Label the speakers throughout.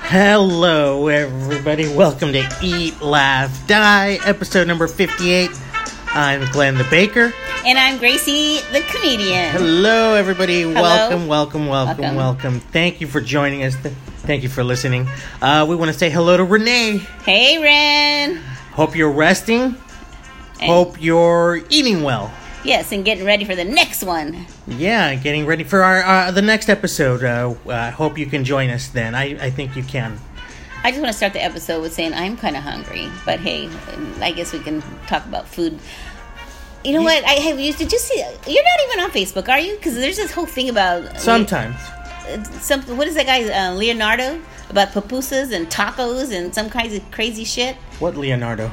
Speaker 1: Hello, everybody. Welcome to Eat, Laugh, Die, episode number 58. I'm Glenn the Baker.
Speaker 2: And I'm Gracie, the comedian.
Speaker 1: Hello, everybody. Welcome, welcome, welcome, welcome,
Speaker 2: Welcome.
Speaker 1: Thank you for joining us. Th- Thank you for listening. Uh, we want to say hello to Renee.
Speaker 2: Hey, Ren.
Speaker 1: Hope you're resting.
Speaker 2: And-
Speaker 1: Hope you're eating well.
Speaker 2: Yes, and getting ready for the next one.
Speaker 1: Yeah, getting ready for our uh, the next episode. Uh, I hope you can join us then. I, I think you can.
Speaker 2: I just want to start the episode with saying I'm kind of hungry, but hey, I guess we can talk about food. You know what? I have used. Did you see? You're not even on Facebook, are you? Because there's this whole thing about
Speaker 1: Sometimes.
Speaker 2: uh, some. What is that guy uh, Leonardo about pupusas and tacos and some kinds of crazy shit?
Speaker 1: What, Leonardo?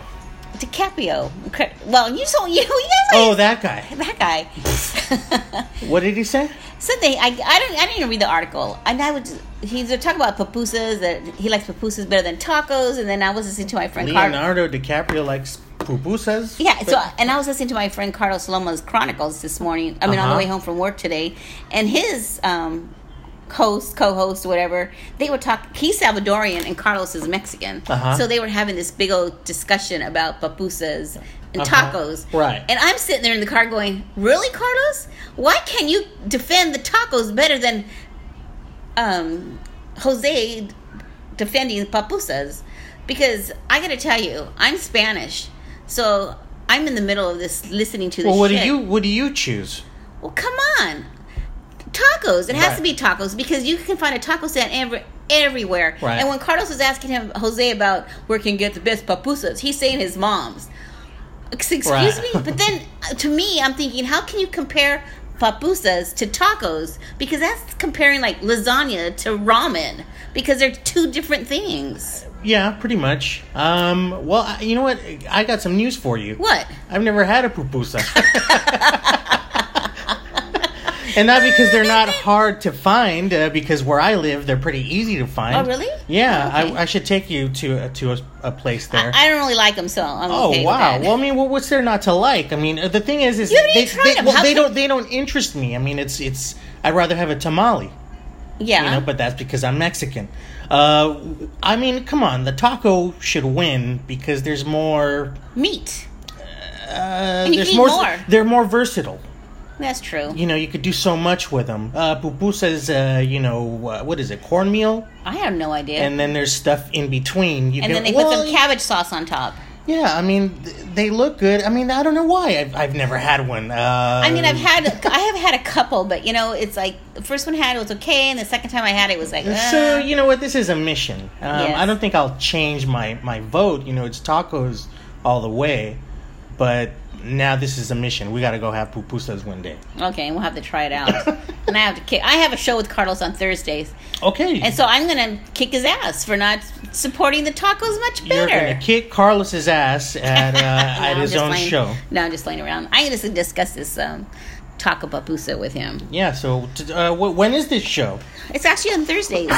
Speaker 2: DiCaprio. Cra- Well, you so you, you guys.
Speaker 1: Oh, that guy.
Speaker 2: that guy.
Speaker 1: What did he say?
Speaker 2: Something I, I don't I didn't even read the article, and I would he's talking about pupusas that he likes pupusas better than tacos, and then I was listening to my friend Carlos.
Speaker 1: Leonardo DiCaprio likes pupusas.
Speaker 2: Yeah, so
Speaker 1: But-
Speaker 2: and I was listening to my friend Carlos Loma's Chronicles this morning. I mean, on
Speaker 1: Uh-huh.
Speaker 2: the way home from work today, and his um, host, co-host, whatever, they were talking. He's Salvadorian, and Carlos is Mexican,
Speaker 1: Uh-huh.
Speaker 2: so they were having this big old discussion about pupusas and
Speaker 1: Uh-huh.
Speaker 2: tacos.
Speaker 1: Right.
Speaker 2: And I'm sitting there in the car going, "Really, Carlos? Why can you defend the tacos better than um, Jose defending papusas because I gotta tell you, I'm Spanish, so I'm in the middle of this listening to this.
Speaker 1: well, what
Speaker 2: shit.
Speaker 1: do you what do you choose?
Speaker 2: Well, come on, tacos. It has
Speaker 1: Right.
Speaker 2: to be tacos because you can find a taco stand every, everywhere.
Speaker 1: Right.
Speaker 2: And when Carlos was asking him Jose about where can get the best papusas, he's saying his mom's. Ex- Excuse
Speaker 1: Right.
Speaker 2: me, but then uh, to me, I'm thinking, how can you compare? Papusas to tacos because that's comparing like lasagna to ramen because they're two different things.
Speaker 1: Yeah, pretty much. Um, well, I- you know what? I got some news for you.
Speaker 2: What?
Speaker 1: I've never had a pupusa. And not because they're not hard to find, uh, because where I live, they're pretty easy to find.
Speaker 2: Oh, really?
Speaker 1: Yeah,
Speaker 2: Okay.
Speaker 1: I, I should take you to uh, to a, a place there.
Speaker 2: I don't really like them, so I'm
Speaker 1: Oh
Speaker 2: okay
Speaker 1: wow!
Speaker 2: With that.
Speaker 1: Well, I mean, well, what's there not to like? I mean, uh, the thing is, is
Speaker 2: You haven't
Speaker 1: they,
Speaker 2: even tried
Speaker 1: they,
Speaker 2: 'em.
Speaker 1: well,
Speaker 2: How
Speaker 1: they
Speaker 2: can-
Speaker 1: don't they don't interest me. I mean, it's it's I'd rather have a tamale,
Speaker 2: yeah,
Speaker 1: you know, but that's because I'm Mexican. Uh, I mean, come on, the taco should win because there's more.
Speaker 2: meat.
Speaker 1: Uh,
Speaker 2: you
Speaker 1: there's
Speaker 2: can eat
Speaker 1: more,
Speaker 2: more.
Speaker 1: They're more versatile.
Speaker 2: That's true.
Speaker 1: You know, you could do so much with them. Uh, pupusas, uh, you know, uh, what is it, cornmeal,
Speaker 2: I have no idea.
Speaker 1: and then there's stuff in between. You
Speaker 2: and then they put
Speaker 1: well,
Speaker 2: some cabbage sauce on top.
Speaker 1: Yeah, I mean, th- they look good. I mean, I don't know why. I've, I've never had one. Uh,
Speaker 2: I mean, I've had I have had a couple, but you know, it's like the first one I had was okay, and the second time I had it was like, uh,
Speaker 1: So you know what? This is a mission. Um,
Speaker 2: Yes.
Speaker 1: I don't think I'll change my my vote. You know, it's tacos all the way, but now this is a mission. We got to go have pupusas one day.
Speaker 2: okay, and we'll have to try it out. and I have to kick. I have a show with Carlos on Thursdays,
Speaker 1: Okay,
Speaker 2: and so I'm gonna kick his ass for not supporting the tacos much
Speaker 1: you're
Speaker 2: better.
Speaker 1: gonna kick Carlos's ass at uh,
Speaker 2: No,
Speaker 1: at
Speaker 2: I'm
Speaker 1: his
Speaker 2: just
Speaker 1: own
Speaker 2: laying-
Speaker 1: show.
Speaker 2: No, I'm just laying around. I'm gonna s- discuss this um, taco papusa with him.
Speaker 1: Yeah. So t- uh, wh- when is this show?
Speaker 2: It's actually on Thursdays. Which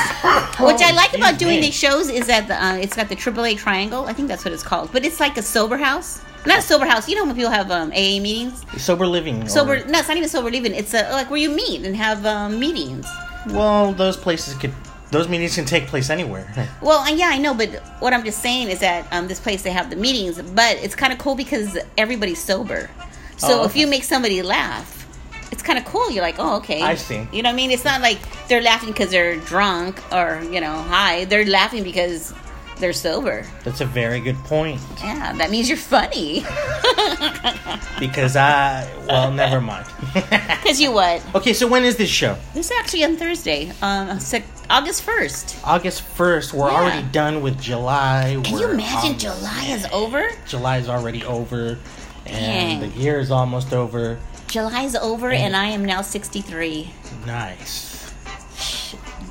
Speaker 2: I like
Speaker 1: excuse
Speaker 2: about doing
Speaker 1: me.
Speaker 2: these shows is that the, uh, it's got the AAA triangle. I think that's what it's called. But it's like a sober house. Not a sober house. You know when people have um, AA meetings?
Speaker 1: Sober living. or-
Speaker 2: Sober, no, it's not even sober living. It's uh like where you meet and have um, meetings.
Speaker 1: Well, those places could. Those meetings can take place anywhere.
Speaker 2: Well, uh, yeah, I know, but what I'm just saying is that um, this place they have the meetings, but it's kind of cool because everybody's sober. So
Speaker 1: Oh,
Speaker 2: if
Speaker 1: okay.
Speaker 2: you make somebody laugh, it's kind of cool. You're like, oh, okay.
Speaker 1: I see.
Speaker 2: You know what I mean? It's not like they're laughing because they're drunk or you know high. They're laughing because they're sober.
Speaker 1: That's a very good point.
Speaker 2: Yeah, that means you're funny.
Speaker 1: Because I. Well, never mind.
Speaker 2: Because you what?
Speaker 1: okay, so when is this show?
Speaker 2: This is actually on Thursday, um, sec- August first.
Speaker 1: August 1st, we're
Speaker 2: Yeah.
Speaker 1: already done with July.
Speaker 2: Can you imagine July is over?
Speaker 1: July is already over, and
Speaker 2: Dang.
Speaker 1: the year is almost over.
Speaker 2: July is over, and I am now 63.
Speaker 1: Nice.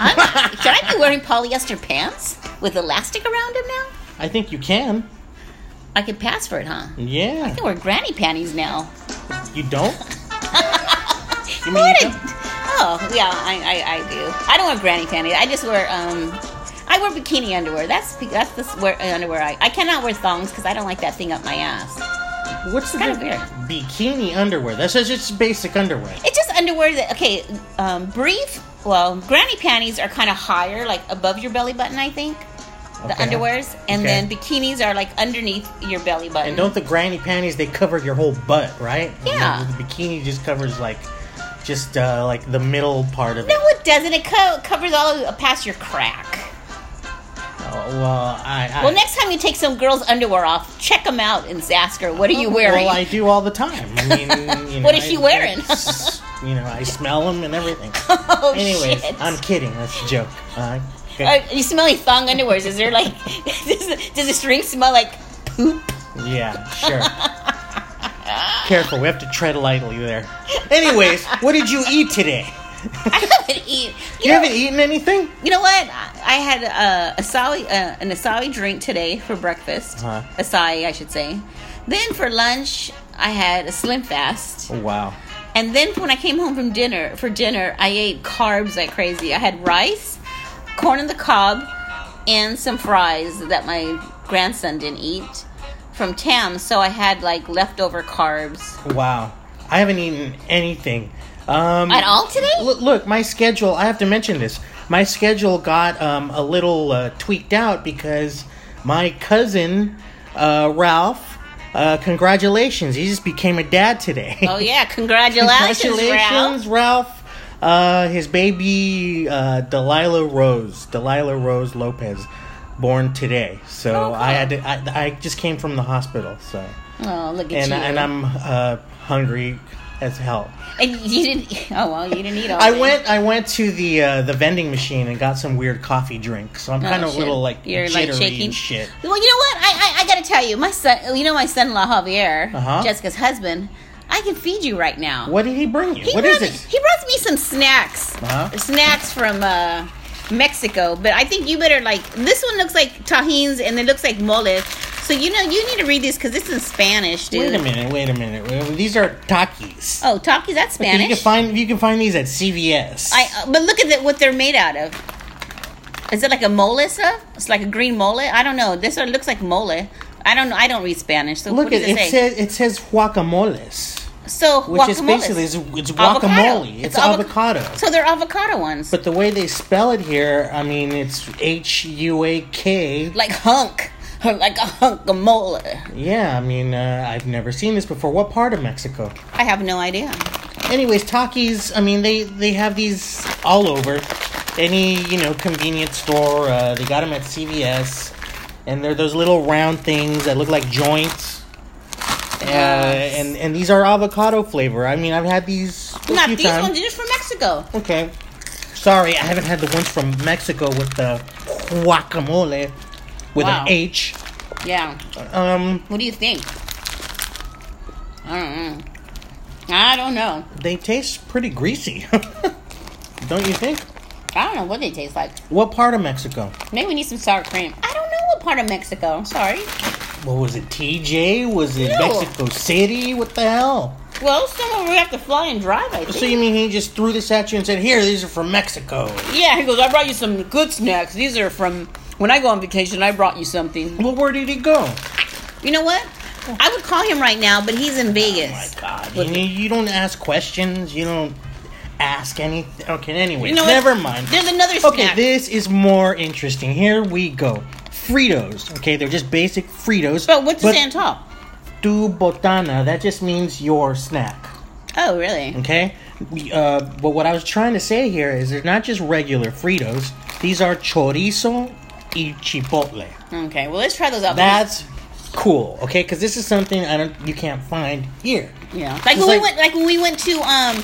Speaker 2: I'm, should I be wearing polyester pants with elastic around them now?
Speaker 1: I think you can.
Speaker 2: I could pass for it, huh?
Speaker 1: Yeah.
Speaker 2: I can wear granny panties now.
Speaker 1: You don't? you mean you
Speaker 2: What? a-
Speaker 1: don't?
Speaker 2: oh, yeah, I, I, I do. I don't wear granny panties. I just wear um, I wear bikini underwear. That's that's the s- wear, uh, underwear I I cannot wear thongs because I don't like that thing up my ass.
Speaker 1: What's the
Speaker 2: Kinda
Speaker 1: difference? Bikini underwear. That's just it's basic underwear.
Speaker 2: It's just underwear that okay, um, brief. Well, granny panties are kind of higher, like above your belly button, I think. The
Speaker 1: Okay.
Speaker 2: underwears, and
Speaker 1: Okay.
Speaker 2: then bikinis are like underneath your belly button.
Speaker 1: And don't the granny panties they cover your whole butt, right?
Speaker 2: Yeah.
Speaker 1: And the, the bikini just covers like just uh, like the middle part of
Speaker 2: no,
Speaker 1: it.
Speaker 2: it doesn't. It co- covers all of- past your crack.
Speaker 1: Oh, well, I, I
Speaker 2: Well, next time you take some girl's underwear off, check them out and ask her, "What are you wearing?"
Speaker 1: Oh, Well, I do all the time. I mean, you know,
Speaker 2: What is
Speaker 1: I-
Speaker 2: she wearing?
Speaker 1: I s- you know, I smell them and everything.
Speaker 2: oh
Speaker 1: Anyways,
Speaker 2: shit!
Speaker 1: I'm kidding. That's a joke. Uh, okay.
Speaker 2: Uh, you smelling thong underwears? Is there like does, does the string smell like poop?
Speaker 1: Yeah, sure. Careful, we have to tread lightly there. Anyways, what did you eat today?
Speaker 2: I haven't eaten. You,
Speaker 1: You
Speaker 2: know,
Speaker 1: haven't eaten anything?
Speaker 2: you know what? I I had uh, asahi, uh, an asahi drink today for breakfast.
Speaker 1: Uh-huh.
Speaker 2: Asahi, I should say. Then for lunch, I had a Slim Fast.
Speaker 1: Wow.
Speaker 2: And then when I came home from dinner, for dinner, I ate carbs like crazy. I had rice, corn on the cob, and some fries that my grandson didn't eat from Tam. So I had like leftover carbs.
Speaker 1: Wow. I haven't eaten anything. Um,
Speaker 2: At all today?
Speaker 1: Look, look, my schedule, I have to mention this. My schedule got um, a little uh, tweaked out because my cousin, uh, Ralph, uh, congratulations, he just became a dad today.
Speaker 2: Oh yeah, congratulations, Ralph.
Speaker 1: Congratulations, Ralph. Uh, his baby, uh, Delilah Rose, Delilah Rose Lopez, born today. So
Speaker 2: Oh, cool.
Speaker 1: I had to, I, I just came from the hospital. So
Speaker 2: Oh, look
Speaker 1: and
Speaker 2: at you.
Speaker 1: and I'm uh, hungry as hell.
Speaker 2: And you didn't Oh well, you didn't eat all
Speaker 1: I
Speaker 2: of it.
Speaker 1: went I went to the uh, the vending machine and got some weird coffee drink. So I'm
Speaker 2: Oh,
Speaker 1: kind of a
Speaker 2: shit.
Speaker 1: little like
Speaker 2: You're
Speaker 1: jittery
Speaker 2: like shaking
Speaker 1: and shit.
Speaker 2: Well, you know what? I, I I gotta tell you, my son. You know my son-in-law Javier,
Speaker 1: Uh-huh.
Speaker 2: Jessica's husband. I can feed you right now.
Speaker 1: What did he bring you?
Speaker 2: He
Speaker 1: what
Speaker 2: brought
Speaker 1: is
Speaker 2: me,
Speaker 1: this?
Speaker 2: He brought me some snacks.
Speaker 1: Uh-huh.
Speaker 2: Snacks from uh, Mexico, but I think you better like this one looks like tahines and it looks like mole. So you know you need to read this because it's in Spanish, dude.
Speaker 1: Wait a minute! Wait a minute! These are Takis.
Speaker 2: Oh, talkies that's Spanish.
Speaker 1: You can find you can find these at CVS.
Speaker 2: I uh, but look at the, what they're made out of. Is it like a mole? sir? It's like a green mole. I don't know. This one looks like mole. I don't know. I don't read Spanish, so
Speaker 1: Look
Speaker 2: what does
Speaker 1: at
Speaker 2: it,
Speaker 1: it,
Speaker 2: say?
Speaker 1: says it says guacamoles,
Speaker 2: so
Speaker 1: which is
Speaker 2: guacamoles.
Speaker 1: basically it's, it's
Speaker 2: Avocado.
Speaker 1: guacamole. It's,
Speaker 2: It's avo-
Speaker 1: avocado.
Speaker 2: So they're avocado ones,
Speaker 1: But the way they spell it here, I mean, it's H U A K.
Speaker 2: like hunk, like a hunk of mole.
Speaker 1: Yeah, I mean, uh, I've never seen this before. What part of Mexico?
Speaker 2: I have no idea.
Speaker 1: Anyways, Takis. I mean, they they have these all over. Any you know convenience store. Uh, they got them at CVS, and they're those little round things that look like joints. Uh,
Speaker 2: Yes.
Speaker 1: and and these are avocado flavor. I mean, I've had these. a
Speaker 2: Not
Speaker 1: few
Speaker 2: these
Speaker 1: times.
Speaker 2: ones. These are from Mexico.
Speaker 1: Okay. Sorry, I haven't had the ones from Mexico with the guacamole with
Speaker 2: Wow.
Speaker 1: an H.
Speaker 2: Yeah.
Speaker 1: Um,
Speaker 2: What do you think? I don't know. I don't know.
Speaker 1: they taste pretty greasy. don't you think?
Speaker 2: I don't know what they taste like.
Speaker 1: What part of Mexico?
Speaker 2: Maybe we need some sour cream. I don't know what part of Mexico. I'm sorry.
Speaker 1: What was it? TJ? Was it
Speaker 2: No.
Speaker 1: Mexico City? What the hell?
Speaker 2: Well, somewhere we have to fly and drive, I think.
Speaker 1: So you mean he just threw this at you and said, "Here, these are from Mexico."
Speaker 2: yeah, he goes, I brought you some good snacks. These are from when I go on vacation, I brought you something.
Speaker 1: Well, where did he go?
Speaker 2: You know what? I would call him right now, but he's in
Speaker 1: Oh My
Speaker 2: Vegas.
Speaker 1: God, you, you don't ask questions. You don't ask anything. Okay, anyways,
Speaker 2: You know what?
Speaker 1: never mind.
Speaker 2: There's another snack.
Speaker 1: Okay, this is more interesting. Here we go. Fritos. Okay, they're just basic Fritos.
Speaker 2: but what's this on top?
Speaker 1: Tu botana. That just means your snack.
Speaker 2: Oh, really?
Speaker 1: Okay. We, Uh, but what I was trying to say here is they're not just regular Fritos. These are chorizo y chipotle.
Speaker 2: Okay, well, let's try those out.
Speaker 1: That's cool. Okay, because this is something I don't you can't find here.
Speaker 2: Yeah. Like
Speaker 1: It's
Speaker 2: when we
Speaker 1: like-
Speaker 2: went like when we went to um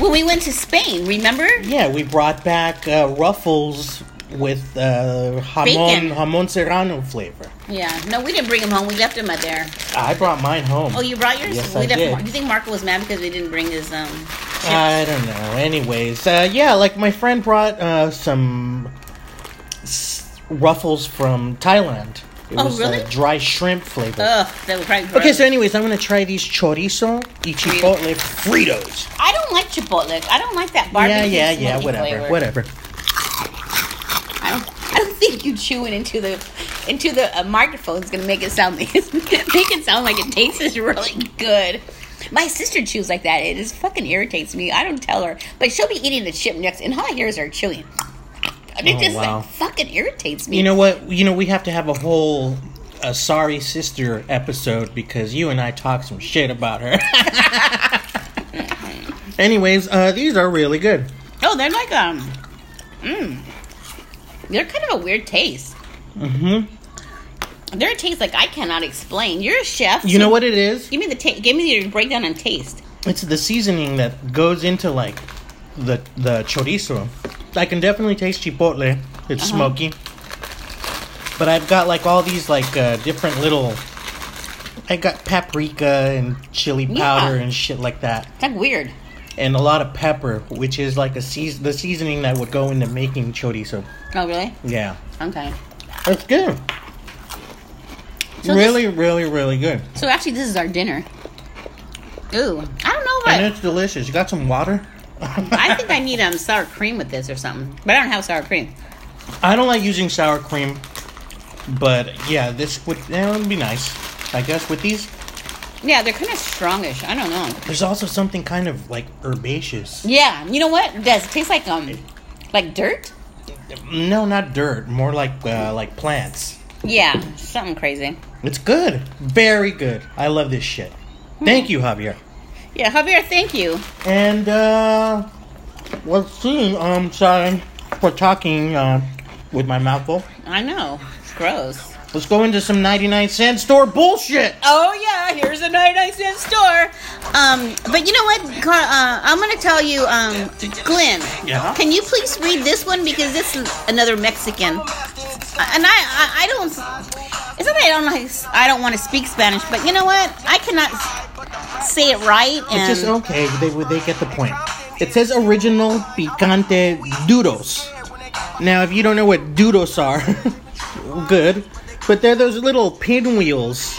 Speaker 2: when we went to Spain, remember?
Speaker 1: Yeah, we brought back uh, Ruffles with uh,
Speaker 2: Bacon.
Speaker 1: jamon jamon serrano flavor.
Speaker 2: Yeah. No, we didn't bring him home. We left him out there.
Speaker 1: I brought mine home.
Speaker 2: Oh, you brought yours?
Speaker 1: Yes,
Speaker 2: we
Speaker 1: I
Speaker 2: left
Speaker 1: did.
Speaker 2: Mar- you think Marco was mad because we didn't bring his um
Speaker 1: I don't know. Anyways, uh, yeah, like my friend brought uh, some s- ruffles from Thailand. It
Speaker 2: Oh,
Speaker 1: was uh,
Speaker 2: really? Oh,
Speaker 1: dry shrimp flavor.
Speaker 2: Ugh, that would probably
Speaker 1: okay, so anyways, I'm gonna try these chorizo y chipotle Fritos.
Speaker 2: I don't like chipotle. I don't like that
Speaker 1: Yeah,
Speaker 2: barbecue.
Speaker 1: yeah, yeah.
Speaker 2: smoky
Speaker 1: Whatever,
Speaker 2: flavor.
Speaker 1: whatever.
Speaker 2: I don't. I don't think you chewing into the into the uh, microphone is gonna make it sound make it sound like it tastes really good. My sister chews like that. It just fucking irritates me. I don't tell her, but she'll be eating the chip next, and all I hear is her chewing. And it
Speaker 1: Oh,
Speaker 2: just
Speaker 1: wow.
Speaker 2: like, fucking irritates me.
Speaker 1: You know what? You know we have to have a whole uh, sorry sister episode because you and I talk some shit about her. Anyways, uh, these are really good.
Speaker 2: oh, they're like um, mm, they're kind of a weird taste.
Speaker 1: Mm-hmm.
Speaker 2: They're a taste like I cannot explain. You're a chef.
Speaker 1: You know
Speaker 2: so
Speaker 1: what it is?
Speaker 2: Give me the ta- give me your breakdown on taste.
Speaker 1: It's the seasoning that goes into like the the chorizo. I can definitely taste chipotle. It's
Speaker 2: Uh-huh.
Speaker 1: smoky, but I've got like all these like uh, different little. I got paprika and chili powder
Speaker 2: Yeah.
Speaker 1: and shit like that.
Speaker 2: It's like weird.
Speaker 1: and a lot of pepper, which is like a season the seasoning that would go into making chorizo.
Speaker 2: Oh, really?
Speaker 1: Yeah,
Speaker 2: Okay.
Speaker 1: that's good.
Speaker 2: So
Speaker 1: really, really, really good,
Speaker 2: So actually, this is our dinner. Ooh, I don't know
Speaker 1: and
Speaker 2: if
Speaker 1: it's delicious. You got some water?
Speaker 2: I, I think I need um sour cream with this or something, but I don't have sour cream.
Speaker 1: I don't like using sour cream, but yeah, this would that would be nice. I guess with these,
Speaker 2: Yeah, they're kind of strongish. I don't know.
Speaker 1: there's also something kind of like herbaceous.
Speaker 2: Yeah, you know what? It does it taste like um like dirt?
Speaker 1: No, not dirt. More like uh, like plants.
Speaker 2: Yeah, something crazy.
Speaker 1: It's good, very good. I love this shit. Thank you, Javier.
Speaker 2: Yeah, Javier, thank you.
Speaker 1: And uh, let's see. I'm sorry for talking uh, with my mouth full.
Speaker 2: I know, it's gross.
Speaker 1: Let's go into some 99 cent store bullshit.
Speaker 2: Oh yeah, here's a 99 cent store. Um, but you know what? Car- uh, I'm gonna tell you, um, Glenn.
Speaker 1: Yeah?
Speaker 2: Can you please read this one because this is another Mexican, and I I, I don't. It's not that I don't like, I don't want to speak Spanish, but you know what? I cannot say it right. And
Speaker 1: It's just okay. They they get the point. It says original picante duros. Now, if you don't know what duros are, good. But they're those little pinwheels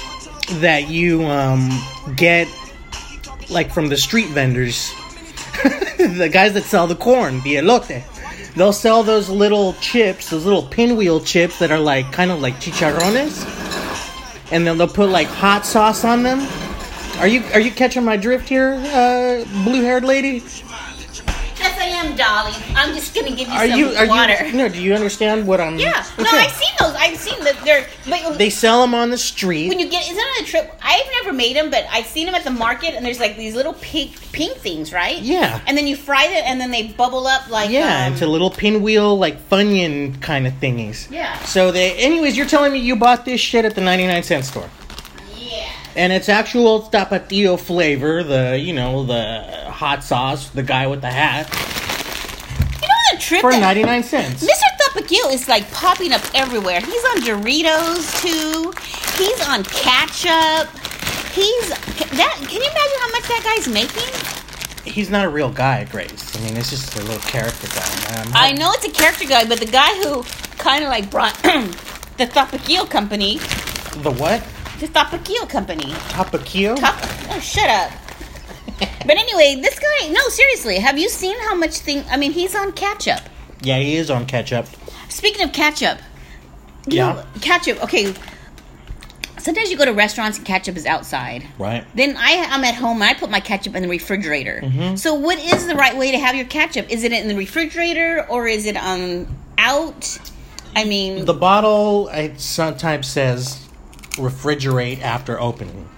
Speaker 1: that you um, get like from the street vendors, the guys that sell the corn, the elote. They'll sell those little chips, those little pinwheel chips that are like kind of like chicharrones, and then they'll put like hot sauce on them. Are you are you catching my drift here, uh, blue-haired lady?
Speaker 2: yes, I am, Dolly. I'm just gonna give you
Speaker 1: Are
Speaker 2: some
Speaker 1: you are
Speaker 2: water.
Speaker 1: you no? Do you understand what I'm?
Speaker 2: yeah. No,
Speaker 1: Okay.
Speaker 2: I've seen those. I've seen that they're. But
Speaker 1: They sell them on the
Speaker 2: when
Speaker 1: street.
Speaker 2: you get isn't it a trip i've never made them but i've seen them at the market and there's like these little pink pink things right
Speaker 1: Yeah.
Speaker 2: and then you fry them and then they bubble up like
Speaker 1: yeah,
Speaker 2: um,
Speaker 1: into little pinwheel like funyun kind of thingies.
Speaker 2: Yeah.
Speaker 1: So they, anyways, you're telling me you bought this shit at the 99 cent store,
Speaker 2: yeah
Speaker 1: and it's actual tapatio flavor, the you know the hot sauce, the guy with the hat
Speaker 2: you know the trip
Speaker 1: for
Speaker 2: that-
Speaker 1: 99 cents.
Speaker 2: mr Thupagil is like popping up everywhere he's on doritos too he's on ketchup he's that can you imagine how much that guy's making
Speaker 1: He's not a real guy, Grace. I mean, it's just a little character guy. man.
Speaker 2: I know it's a character guy, but the guy who kind of like brought the Thapakil company,
Speaker 1: the what?
Speaker 2: the Thapakil company,
Speaker 1: Tapatio.
Speaker 2: Top- oh, shut up. but anyway, this guy. No, seriously. Have you seen how much thing? I mean, he's on ketchup.
Speaker 1: yeah, he is on ketchup.
Speaker 2: Speaking of ketchup, you
Speaker 1: Yeah.
Speaker 2: know, ketchup. Okay. Sometimes you go to restaurants and ketchup is outside.
Speaker 1: Right.
Speaker 2: Then I, I'm at home and I put my ketchup in the refrigerator.
Speaker 1: Mm-hmm.
Speaker 2: So what is the right way to have your ketchup? Is it in the refrigerator or is it um out? I mean,
Speaker 1: The bottle it sometimes says refrigerate after opening.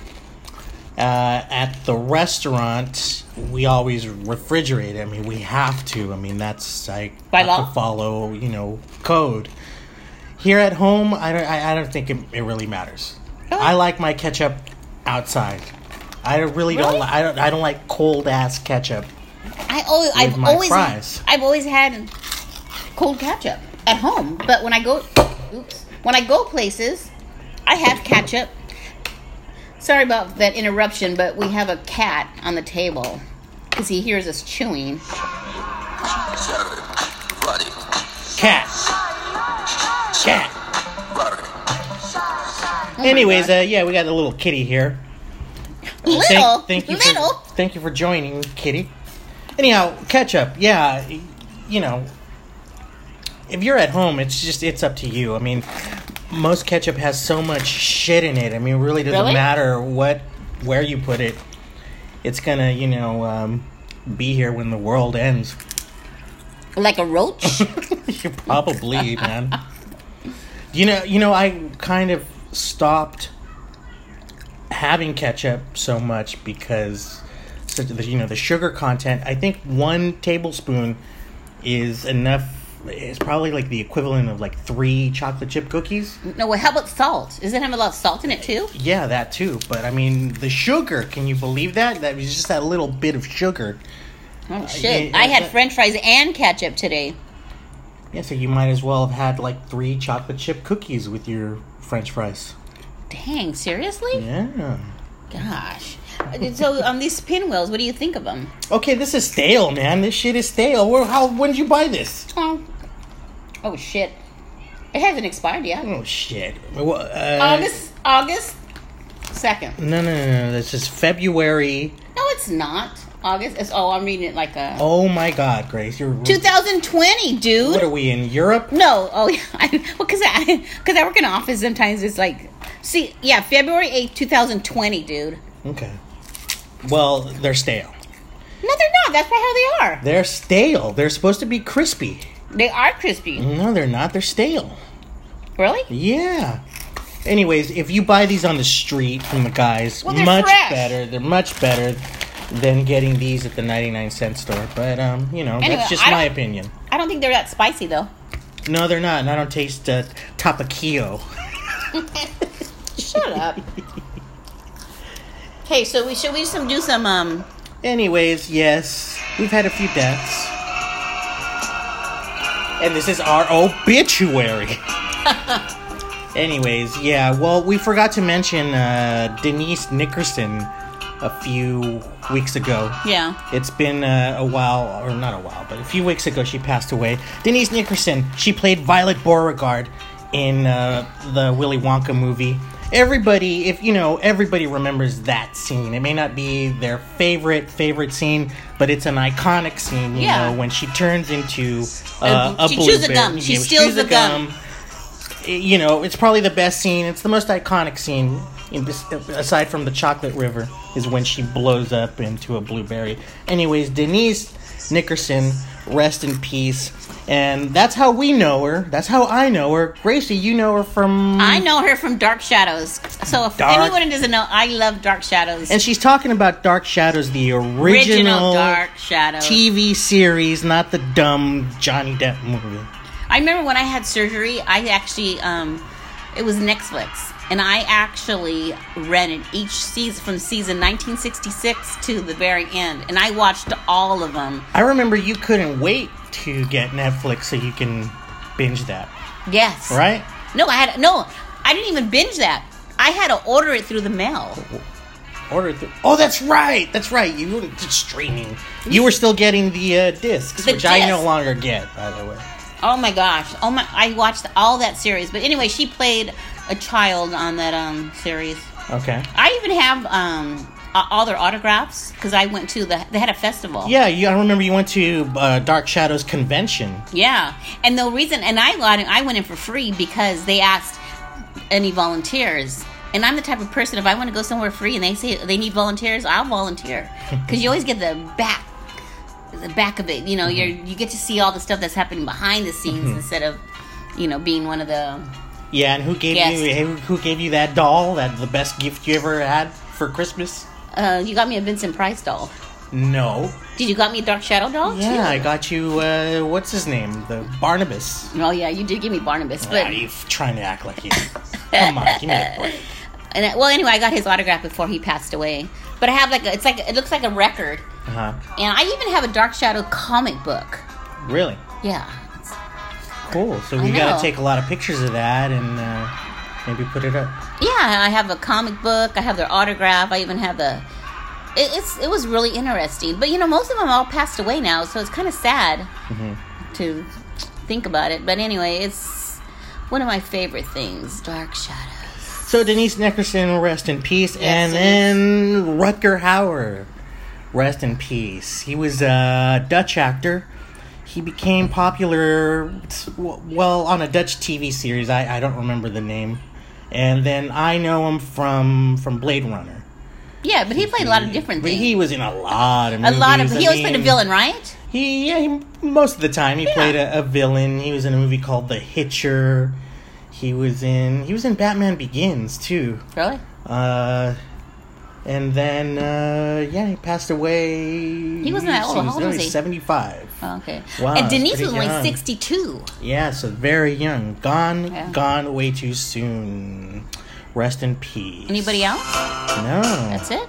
Speaker 1: Uh, at the restaurant, we always refrigerate. I mean, we have to. I mean, that's like
Speaker 2: By
Speaker 1: have to
Speaker 2: law?
Speaker 1: follow you know code. Here at home, I don't. I, I don't think it, it really matters.
Speaker 2: Really?
Speaker 1: I like my ketchup outside. I really, don't.
Speaker 2: Really?
Speaker 1: Li- I don't. I don't like cold ass ketchup.
Speaker 2: I always, I've
Speaker 1: my
Speaker 2: always,
Speaker 1: fries.
Speaker 2: I've always had cold ketchup at home. But when I go, oops, when I go places, I have ketchup. Sorry about that interruption, but we have a cat on the table because he hears us chewing. Oh
Speaker 3: Saturday, Friday,
Speaker 1: Cat. Cat.
Speaker 3: Friday.
Speaker 2: Oh
Speaker 1: Anyways, uh, yeah, we got a little kitty here.
Speaker 2: Little,
Speaker 1: Thank, thank you
Speaker 2: little.
Speaker 1: For, thank you for joining, Kitty. Anyhow, ketchup. Yeah, y- you know, if you're at home, it's just it's up to you. I mean, most ketchup has so much shit in it. I mean, it really doesn't
Speaker 2: Really?
Speaker 1: matter what where you put it. It's gonna, you know, um, be here when the world ends.
Speaker 2: Like a roach?
Speaker 1: you probably, man. You know, you know, I kind of stopped having ketchup so much because, so the- you know, the sugar content. I think one tablespoon is enough. It's probably like the equivalent of like three chocolate chip cookies.
Speaker 2: no, well, how about salt? Does it have a lot of salt in it too?
Speaker 1: Yeah, that too. But I mean, the sugar. Can you believe that? That was just that little bit of sugar.
Speaker 2: Oh, shit.
Speaker 1: Uh, yeah,
Speaker 2: I had
Speaker 1: that-
Speaker 2: french fries and ketchup today.
Speaker 1: Yeah, so you might as well have had like three chocolate chip cookies with your French fries.
Speaker 2: Dang, seriously?
Speaker 1: Yeah.
Speaker 2: Gosh. Uh, So on these pinwheels, what do you think of them?
Speaker 1: Okay, this is stale, man. This shit is stale. Where, how? When did you buy this?
Speaker 2: Oh, oh shit! It hasn't expired yet.
Speaker 1: Oh shit. Well, uh,
Speaker 2: August August second.
Speaker 1: No, no, no, no. This is February.
Speaker 2: No, it's not August. It's oh, I'm reading it like a
Speaker 1: Oh my God, Grace, you're.
Speaker 2: 2020,
Speaker 1: What are
Speaker 2: dude.
Speaker 1: we in Europe?
Speaker 2: No, oh yeah, I, well, cause I cause I work in an office. Sometimes it's like, see, yeah, February 8th, 2020, dude.
Speaker 1: Okay. Well, they're stale.
Speaker 2: No, they're not. That's probably how they are.
Speaker 1: They're stale. They're supposed to be crispy.
Speaker 2: They are crispy.
Speaker 1: No, they're not. They're stale.
Speaker 2: Really?
Speaker 1: Yeah. Anyways, if you buy these on the street from the guys,
Speaker 2: Well, they're
Speaker 1: much
Speaker 2: fresh.
Speaker 1: better. They're much better than getting these at the 99 cent store. But um, you know,
Speaker 2: Anyway,
Speaker 1: that's just
Speaker 2: I
Speaker 1: my
Speaker 2: don't-
Speaker 1: opinion.
Speaker 2: I don't think they're that spicy though.
Speaker 1: No, they're not. And I don't taste uh, tapakio.
Speaker 2: Shut up. Okay, so we should we some do some um
Speaker 1: Anyways, yes, we've had a few deaths. And this is our obituary. Anyways, yeah, well, we forgot to mention uh, Denise Nickerson a few weeks ago.
Speaker 2: yeah.
Speaker 1: It's been uh, a while, or not a while, but a few weeks ago she passed away. Denise Nickerson, she played Violet Beauregard in uh, the Willy Wonka movie. Everybody, if you know, everybody remembers that scene. It may not be their favorite favorite scene, but it's an iconic scene. You
Speaker 2: Yeah.
Speaker 1: know, when she turns into uh, a
Speaker 2: she chews a
Speaker 1: blueberry.
Speaker 2: gum. She
Speaker 1: Yeah,
Speaker 2: steals
Speaker 1: chews
Speaker 2: the
Speaker 1: a
Speaker 2: gum.
Speaker 1: It- You know, it's probably the best scene. It's the most iconic scene, in, bes- aside from the chocolate river, is when she blows up into a blueberry. Anyways, Denise Nickerson, rest in peace. And that's how we know her. That's how I know her. Gracie, you know her from.
Speaker 2: I know her from Dark Shadows. So if
Speaker 1: Mm. Dark-
Speaker 2: anyone doesn't know, I love Dark Shadows.
Speaker 1: and she's talking about Dark Shadows, the original,
Speaker 2: original Dark Shadows.
Speaker 1: TV series, not the dumb Johnny Depp movie.
Speaker 2: I remember when I had surgery, I actually um it was Netflix and I actually rented each season from season 1966 to the very end and I watched all of them.
Speaker 1: I remember you couldn't wait to get Netflix so you can binge that,
Speaker 2: Yes.
Speaker 1: right?
Speaker 2: No, I had no. I didn't even binge that. I had to order it through the mail.
Speaker 1: Order it through. Oh, that's right. That's right. You were just streaming. You were still getting the uh, discs,
Speaker 2: The
Speaker 1: which I no
Speaker 2: disc.
Speaker 1: longer get, by the way.
Speaker 2: Oh my gosh! Oh my! I watched all that series, but anyway, she played a child on that um series.
Speaker 1: Okay.
Speaker 2: I even have um a- all their autographs because I went to the they had a festival.
Speaker 1: Yeah, you, I remember you went to uh, Dark Shadows convention.
Speaker 2: Yeah, and the reason and I got in, I went in for free because they asked any volunteers. And I'm the type of person if I want to go somewhere free and they say they need volunteers, I'll volunteer because you always get the back the back of it. You know, you're
Speaker 1: Mm-hmm.
Speaker 2: you get to see all the stuff that's happening behind the scenes instead of you know being one of the
Speaker 1: Yeah, and who gave
Speaker 2: Yes.
Speaker 1: you who, who gave you that doll? That the best gift you ever had for Christmas?
Speaker 2: uh, you got me a Vincent Price doll.
Speaker 1: No.
Speaker 2: Did you got me a Dark Shadow doll?
Speaker 1: Yeah, I
Speaker 2: too?
Speaker 1: got you. Uh, what's his name? The Barnabas.
Speaker 2: Oh yeah, you did give me Barnabas, but
Speaker 1: Are you f- trying to act like you? Come on, give me a break.
Speaker 2: and I- well, anyway, I got his autograph before he passed away. But I have like a, it's like it looks like a record,
Speaker 1: Uh huh.
Speaker 2: and I even have a Dark Shadow comic book.
Speaker 1: Really?
Speaker 2: Yeah,
Speaker 1: Cool. So
Speaker 2: I
Speaker 1: we
Speaker 2: know.
Speaker 1: gotta take a lot of pictures of that and uh, maybe put it up.
Speaker 2: yeah, I have a comic book. I have their autograph. I even have the. It, it's it was really interesting, but you know, most of them all passed away now, so it's kind of sad
Speaker 1: Mm-hmm.
Speaker 2: to think about it. But anyway, it's one of my favorite things, Dark Shadow.
Speaker 1: So Denise Neckerson, rest in peace, and
Speaker 2: Denise.
Speaker 1: then Rutger Hauer, rest in peace. He was a Dutch actor. he became popular well on a Dutch TV series. I, I don't remember the name, and then I know him from from Blade Runner.
Speaker 2: Yeah, but he played a lot of different
Speaker 1: Mm-hmm. But
Speaker 2: things.
Speaker 1: he was in a lot of
Speaker 2: a
Speaker 1: movies.
Speaker 2: lot of.
Speaker 1: I
Speaker 2: He always played a
Speaker 1: mean,
Speaker 2: villain, right?
Speaker 1: He yeah, he, most of the time he played a, a villain. He was in a movie called The Hitcher. He was in he was in Batman Begins too.
Speaker 2: Really?
Speaker 1: Uh, and then uh, yeah, he passed away. He
Speaker 2: wasn't that old. How old was he?
Speaker 1: Seventy five.
Speaker 2: Oh, okay.
Speaker 1: Wow,
Speaker 2: and
Speaker 1: that's
Speaker 2: Denise
Speaker 1: pretty
Speaker 2: was only
Speaker 1: young.
Speaker 2: sixty-two.
Speaker 1: Yeah, so very young. Gone,
Speaker 2: Yeah.
Speaker 1: gone way too soon. Rest in peace.
Speaker 2: Anybody else?
Speaker 1: No.
Speaker 2: That's it.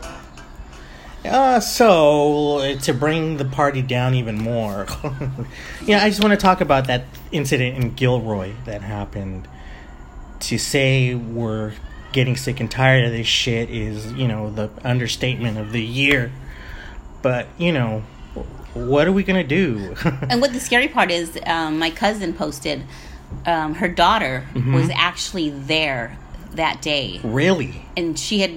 Speaker 1: Uh, so uh, to bring the party down even more, yeah, I just want to talk about that incident in Gilroy that happened. To say we're getting sick and tired of this shit is, you know, the understatement of the year. But you know, what are we gonna do?
Speaker 2: And what the scary part is, um, my cousin posted. Um, her daughter
Speaker 1: Mm-hmm.
Speaker 2: was actually there that day.
Speaker 1: really?
Speaker 2: and she had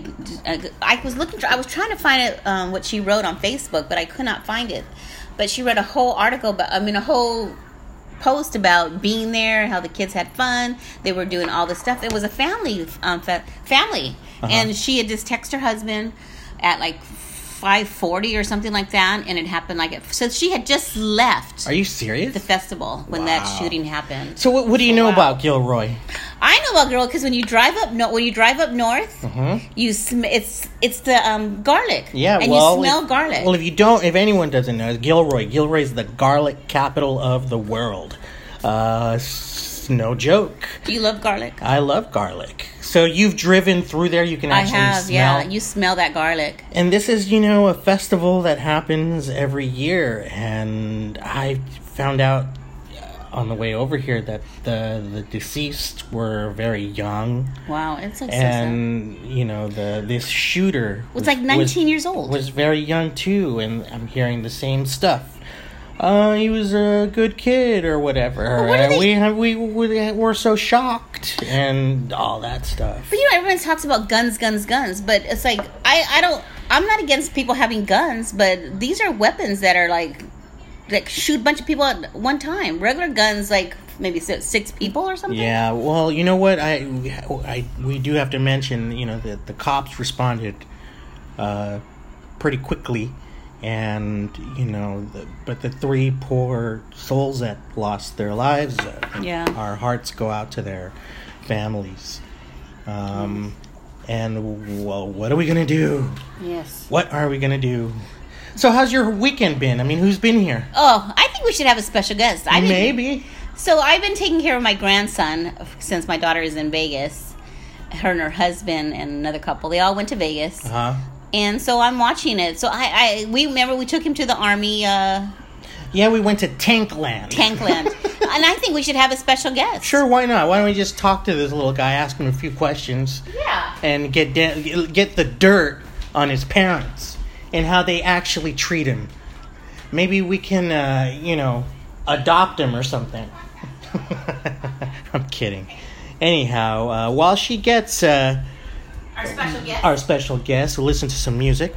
Speaker 2: uh, i was looking i was trying to find it um, what she wrote on facebook but i could not find it but she wrote a whole article about i mean a whole post about being there and how the kids had fun they were doing all this stuff it was a family um, fa- family and she had just texted her husband at like 5.40 or something like that and it happened like at, so she had just left
Speaker 1: Are you serious?
Speaker 2: the festival when that
Speaker 1: Wow.
Speaker 2: shooting happened
Speaker 1: So what, what do you know
Speaker 2: Wow.
Speaker 1: about Gilroy?
Speaker 2: I know about girl because when you drive up no when you drive up north,
Speaker 1: Mhm.
Speaker 2: you sm- it's it's the um, garlic.
Speaker 1: Yeah,
Speaker 2: and
Speaker 1: well,
Speaker 2: you smell
Speaker 1: if-
Speaker 2: garlic.
Speaker 1: Well, if you don't, if anyone doesn't know, Gilroy. Gilroy is the garlic capital of the world. Uh, s- no joke.
Speaker 2: Do you love garlic?
Speaker 1: I love garlic. So you've driven through there, you can
Speaker 2: I
Speaker 1: actually
Speaker 2: have.
Speaker 1: smell.
Speaker 2: Yeah, you smell that garlic.
Speaker 1: and this is, you know, a festival that happens every year, and I found out uh, on the way over here that the the deceased were very young
Speaker 2: Wow, it's like so sad.
Speaker 1: and you know the this shooter
Speaker 2: Was like 19 years old.
Speaker 1: was very young too and i'm hearing the same stuff uh he was a good kid or whatever
Speaker 2: what do
Speaker 1: and
Speaker 2: they-
Speaker 1: we have we we were so shocked and all that stuff
Speaker 2: But you know, everyone talks about guns, guns, guns, but it's like I I don't I'm not against people having guns, but these are weapons that are like like shoot a bunch of people at one time. Regular guns like maybe six, six people or something.
Speaker 1: yeah well you know what i i we do have to mention you know that the cops responded uh pretty quickly and you know the, but the three poor souls that lost their lives uh,
Speaker 2: Yeah.
Speaker 1: our hearts go out to their families um and well what are we gonna do
Speaker 2: Yes.
Speaker 1: what are we gonna do so how's your weekend been i mean who's been here
Speaker 2: Oh, I think we should have a special guest. I didn't-
Speaker 1: maybe
Speaker 2: So I've been taking care of my grandson since my daughter is in Vegas. Her and her husband and another couple, they all went to Vegas,
Speaker 1: huh
Speaker 2: and so I'm watching it. So I, I we remember we took him to the army uh,
Speaker 1: yeah we went to tankland
Speaker 2: tank land, and I think we should have a special guest.
Speaker 1: Sure, why not? Why don't we just talk to this little guy, ask him a few questions,
Speaker 2: Yeah.
Speaker 1: and get da- get the dirt on his parents and how they actually treat him. Maybe we can, uh, you know, adopt him or something. I'm kidding. Anyhow, uh, while she gets uh,
Speaker 2: Our special guest.
Speaker 1: our special guest, we'll listen to some music.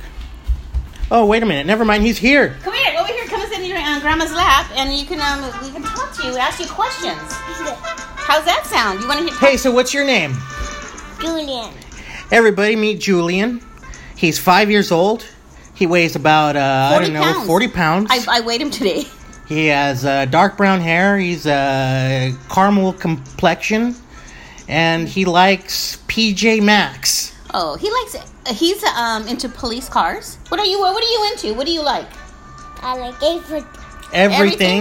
Speaker 1: Oh, wait a minute. Never mind. He's here.
Speaker 2: Come here, over here. Come and sit in your uh, grandma's lap, and you can um, we can talk to you, ask you questions. How's that sound? You want to hear?
Speaker 1: Hey, so what's your name?
Speaker 4: Julian.
Speaker 1: Everybody meet Julian. He's five years old. He weighs about uh, I
Speaker 2: 40
Speaker 1: don't know
Speaker 2: pounds.
Speaker 1: forty pounds.
Speaker 2: I, I weighed him today.
Speaker 1: he has uh, dark brown hair. He's uh, caramel complexion, and he likes PJ Masks.
Speaker 2: Oh, he likes. He's um into police cars. What are you? What are you into? What do you like?
Speaker 4: I like April.
Speaker 1: Everything.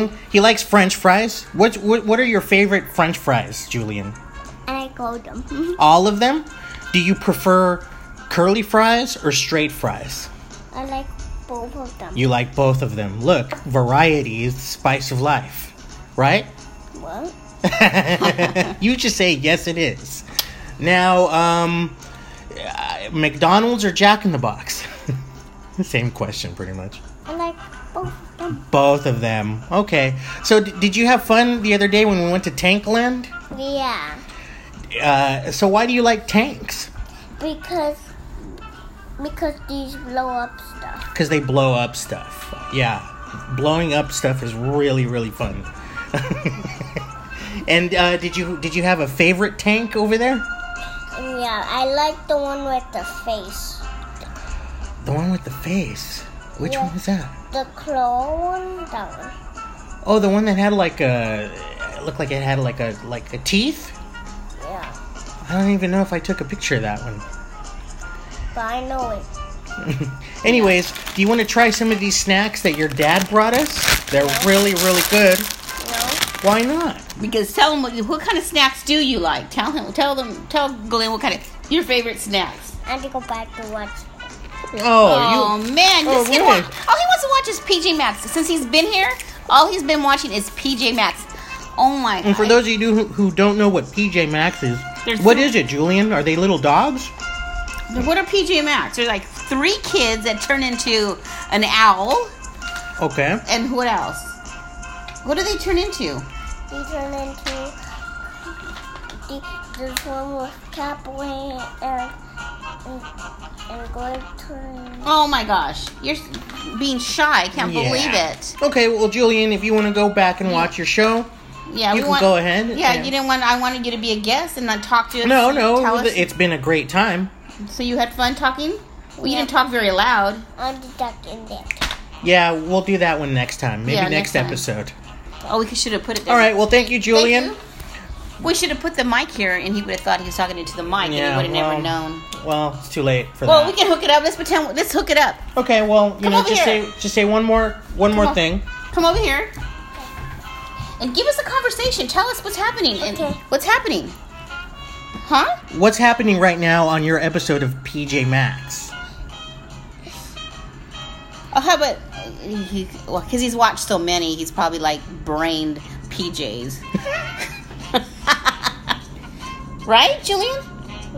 Speaker 2: Everything?
Speaker 1: He likes French fries. What, what What are your favorite French fries, Julian?
Speaker 4: I like Oldham.
Speaker 1: All of them. Do you prefer curly fries or straight fries?
Speaker 4: I like both of them.
Speaker 1: You like both of them. Look, variety is the spice of life, right?
Speaker 4: What?
Speaker 1: you just say yes it is now um uh, mcdonald's or jack in the box same question pretty much
Speaker 4: I like both of them.
Speaker 1: both of them okay so d- did you have fun the other day when we went to tankland
Speaker 4: Yeah.
Speaker 1: uh, so why do you like tanks
Speaker 4: Because because these blow up stuff.
Speaker 1: because they blow up stuff yeah blowing up stuff is really really fun. and uh, did you did you have a favorite tank over there?
Speaker 4: Yeah, I like the one with the face.
Speaker 1: The one with the face. Which
Speaker 4: Yeah.
Speaker 1: one was that?
Speaker 4: The claw one? That one.
Speaker 1: Oh, the one that had like a it looked like it had like a like a teeth.
Speaker 4: Yeah.
Speaker 1: I don't even know if I took a picture of that one.
Speaker 4: But I know it.
Speaker 1: Anyways, do you want to try some of these snacks that your dad brought us? They're really really good.
Speaker 4: No?
Speaker 1: Why not?
Speaker 2: Because tell him what, what kind of snacks do you like. Tell him. Tell them. Tell Glenn what kind of your favorite snacks.
Speaker 4: I have to go back to watch.
Speaker 1: Oh,
Speaker 2: Oh, man,
Speaker 1: Oh,
Speaker 2: this kid
Speaker 1: man.
Speaker 2: wa- all he wants to watch is PJ Masks. Since he's been here, all he's been watching is PJ Masks. Oh my!
Speaker 1: you. And for those of you who, who don't know what PJ Maxx is,
Speaker 2: There's
Speaker 1: what
Speaker 2: some-
Speaker 1: is it, Julian? Are they little dogs?
Speaker 2: what are PJ Masks? There's like three kids that turn into an owl,
Speaker 1: Okay.
Speaker 2: and what else? What do they turn into?
Speaker 4: They turn into. The, this one with cowboy and. and, and going to.
Speaker 2: Oh my gosh, you're s- being shy. I can't
Speaker 1: Yeah.
Speaker 2: believe it.
Speaker 1: Okay, well, Julian, if you want to go back and watch your show,
Speaker 2: Yeah,
Speaker 1: You
Speaker 2: we
Speaker 1: can
Speaker 2: want,
Speaker 1: go ahead
Speaker 2: Yeah,
Speaker 1: and-
Speaker 2: you didn't want. I wanted you to be a guest and not talk to us.
Speaker 1: no,
Speaker 2: and tell
Speaker 1: no,
Speaker 2: us.
Speaker 1: it's been a great time.
Speaker 2: so you had fun talking. Well, you
Speaker 4: Yeah.
Speaker 2: didn't talk very loud.
Speaker 4: On the duck in there.
Speaker 1: Yeah, we'll do that one next time. Maybe
Speaker 2: Yeah,
Speaker 1: next,
Speaker 2: next time.
Speaker 1: episode.
Speaker 2: Oh, we should have put it there.
Speaker 1: All right. Well, thank you, Julian.
Speaker 2: Thank you. We should have put the mic here, and he would have thought he was talking into the mic,
Speaker 1: Yeah,
Speaker 2: and he would have
Speaker 1: well,
Speaker 2: never known.
Speaker 1: Well, it's too late for
Speaker 2: Well,
Speaker 1: that.
Speaker 2: we can hook it up. Let's pretend. Let's hook it up.
Speaker 1: okay. Well, you
Speaker 2: Come
Speaker 1: know,
Speaker 2: over
Speaker 1: just
Speaker 2: here.
Speaker 1: say just say one more one more
Speaker 2: on.
Speaker 1: thing.
Speaker 2: Come over here, and give us a conversation. Tell us what's happening. and
Speaker 4: Okay.
Speaker 2: what's happening? Huh?
Speaker 1: What's happening right now on your episode of PJ Masks?
Speaker 2: Oh, how about he? Well, because he's watched so many, he's probably like brained PJs. right, Julian?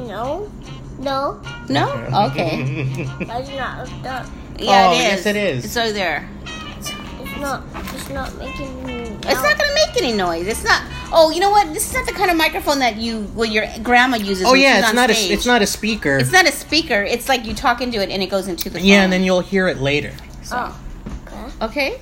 Speaker 4: No? No?
Speaker 2: No. Okay.
Speaker 4: That's not a duck.
Speaker 2: Yeah,
Speaker 1: Oh,
Speaker 2: it is.
Speaker 1: yes, it is.
Speaker 2: So there.
Speaker 4: It's not. It's not making me.
Speaker 2: It's not gonna make any noise. It's not. Oh, you know what? This is not the kind of microphone that you, well, your grandma uses.
Speaker 1: oh
Speaker 2: when
Speaker 1: yeah,
Speaker 2: she's
Speaker 1: it's
Speaker 2: on
Speaker 1: not
Speaker 2: stage.
Speaker 1: a it's not a speaker.
Speaker 2: It's not a speaker. It's like you talk into it and it goes into the.
Speaker 1: yeah,
Speaker 2: phone.
Speaker 1: and then you'll hear it later.
Speaker 4: Oh. Okay.
Speaker 2: Okay.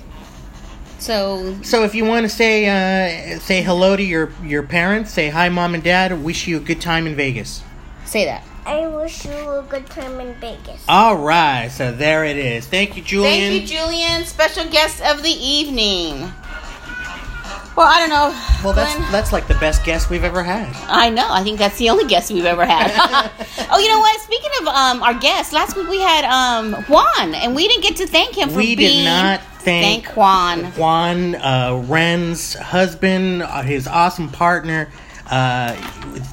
Speaker 2: So
Speaker 1: So if you want to say uh, say hello to your your parents, say hi, mom and dad. Wish you a good time in Vegas.
Speaker 2: say that.
Speaker 4: I wish you a good time in Vegas.
Speaker 1: All right. So there it is. Thank you, Julian.
Speaker 2: Thank you, Julian, special guest of the evening. Well, I don't know.
Speaker 1: well, that's
Speaker 2: Glenn.
Speaker 1: that's like the best guest we've ever had.
Speaker 2: I know. I think that's the only guest we've ever had. oh, you know what? Speaking of um, our guests, last week we had um, Juan, and we didn't get to thank him for
Speaker 1: We did
Speaker 2: being.
Speaker 1: not thank-
Speaker 2: thank Juan.
Speaker 1: Juan uh, Ren's husband, uh, his awesome partner. Uh,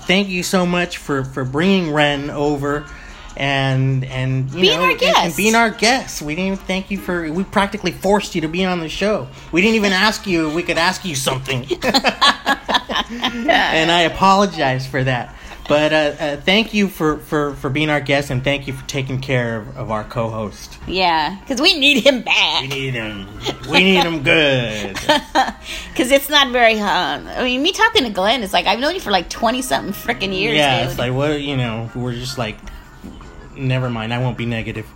Speaker 1: thank you so much for for bringing Ren over and and you
Speaker 2: Being
Speaker 1: know
Speaker 2: our
Speaker 1: and- and
Speaker 2: guest.
Speaker 1: being our guest. We didn't even thank you for. We practically forced you to be on the show. We didn't even ask you. if We could ask you something, and I apologize for that. But uh, uh, thank you for, for, for being our guest, and thank you for taking care of, of our co-host.
Speaker 2: Yeah, because we need him back.
Speaker 1: We need him. We need him good.
Speaker 2: Because it's not very. Um, I mean, me talking to Glenn is like I've known you for like twenty something freaking years.
Speaker 1: Yeah,
Speaker 2: dude.
Speaker 1: it's like what you know. We're just like, never mind. I won't be negative.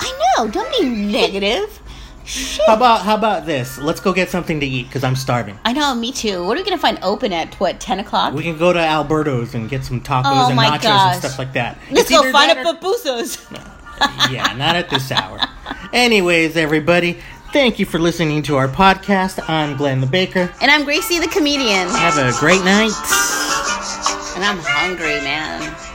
Speaker 2: I know. Don't be negative. Shit.
Speaker 1: How about how about this? Let's go get something to eat because I'm starving.
Speaker 2: I know. Me too. What are we gonna find open at? What ten o'clock?
Speaker 1: We can go to Alberto's and get some tacos
Speaker 2: Oh
Speaker 1: and
Speaker 2: my
Speaker 1: nachos
Speaker 2: gosh.
Speaker 1: and stuff like that. It's
Speaker 2: Let's go
Speaker 1: either
Speaker 2: find
Speaker 1: that
Speaker 2: a
Speaker 1: or-
Speaker 2: papusos.
Speaker 1: yeah, not at this hour. Anyways, everybody, thank you for listening to our podcast. I'm Glenn the Baker.
Speaker 2: And I'm Gracie the comedian,
Speaker 1: Have a great night.
Speaker 2: and I'm hungry, man.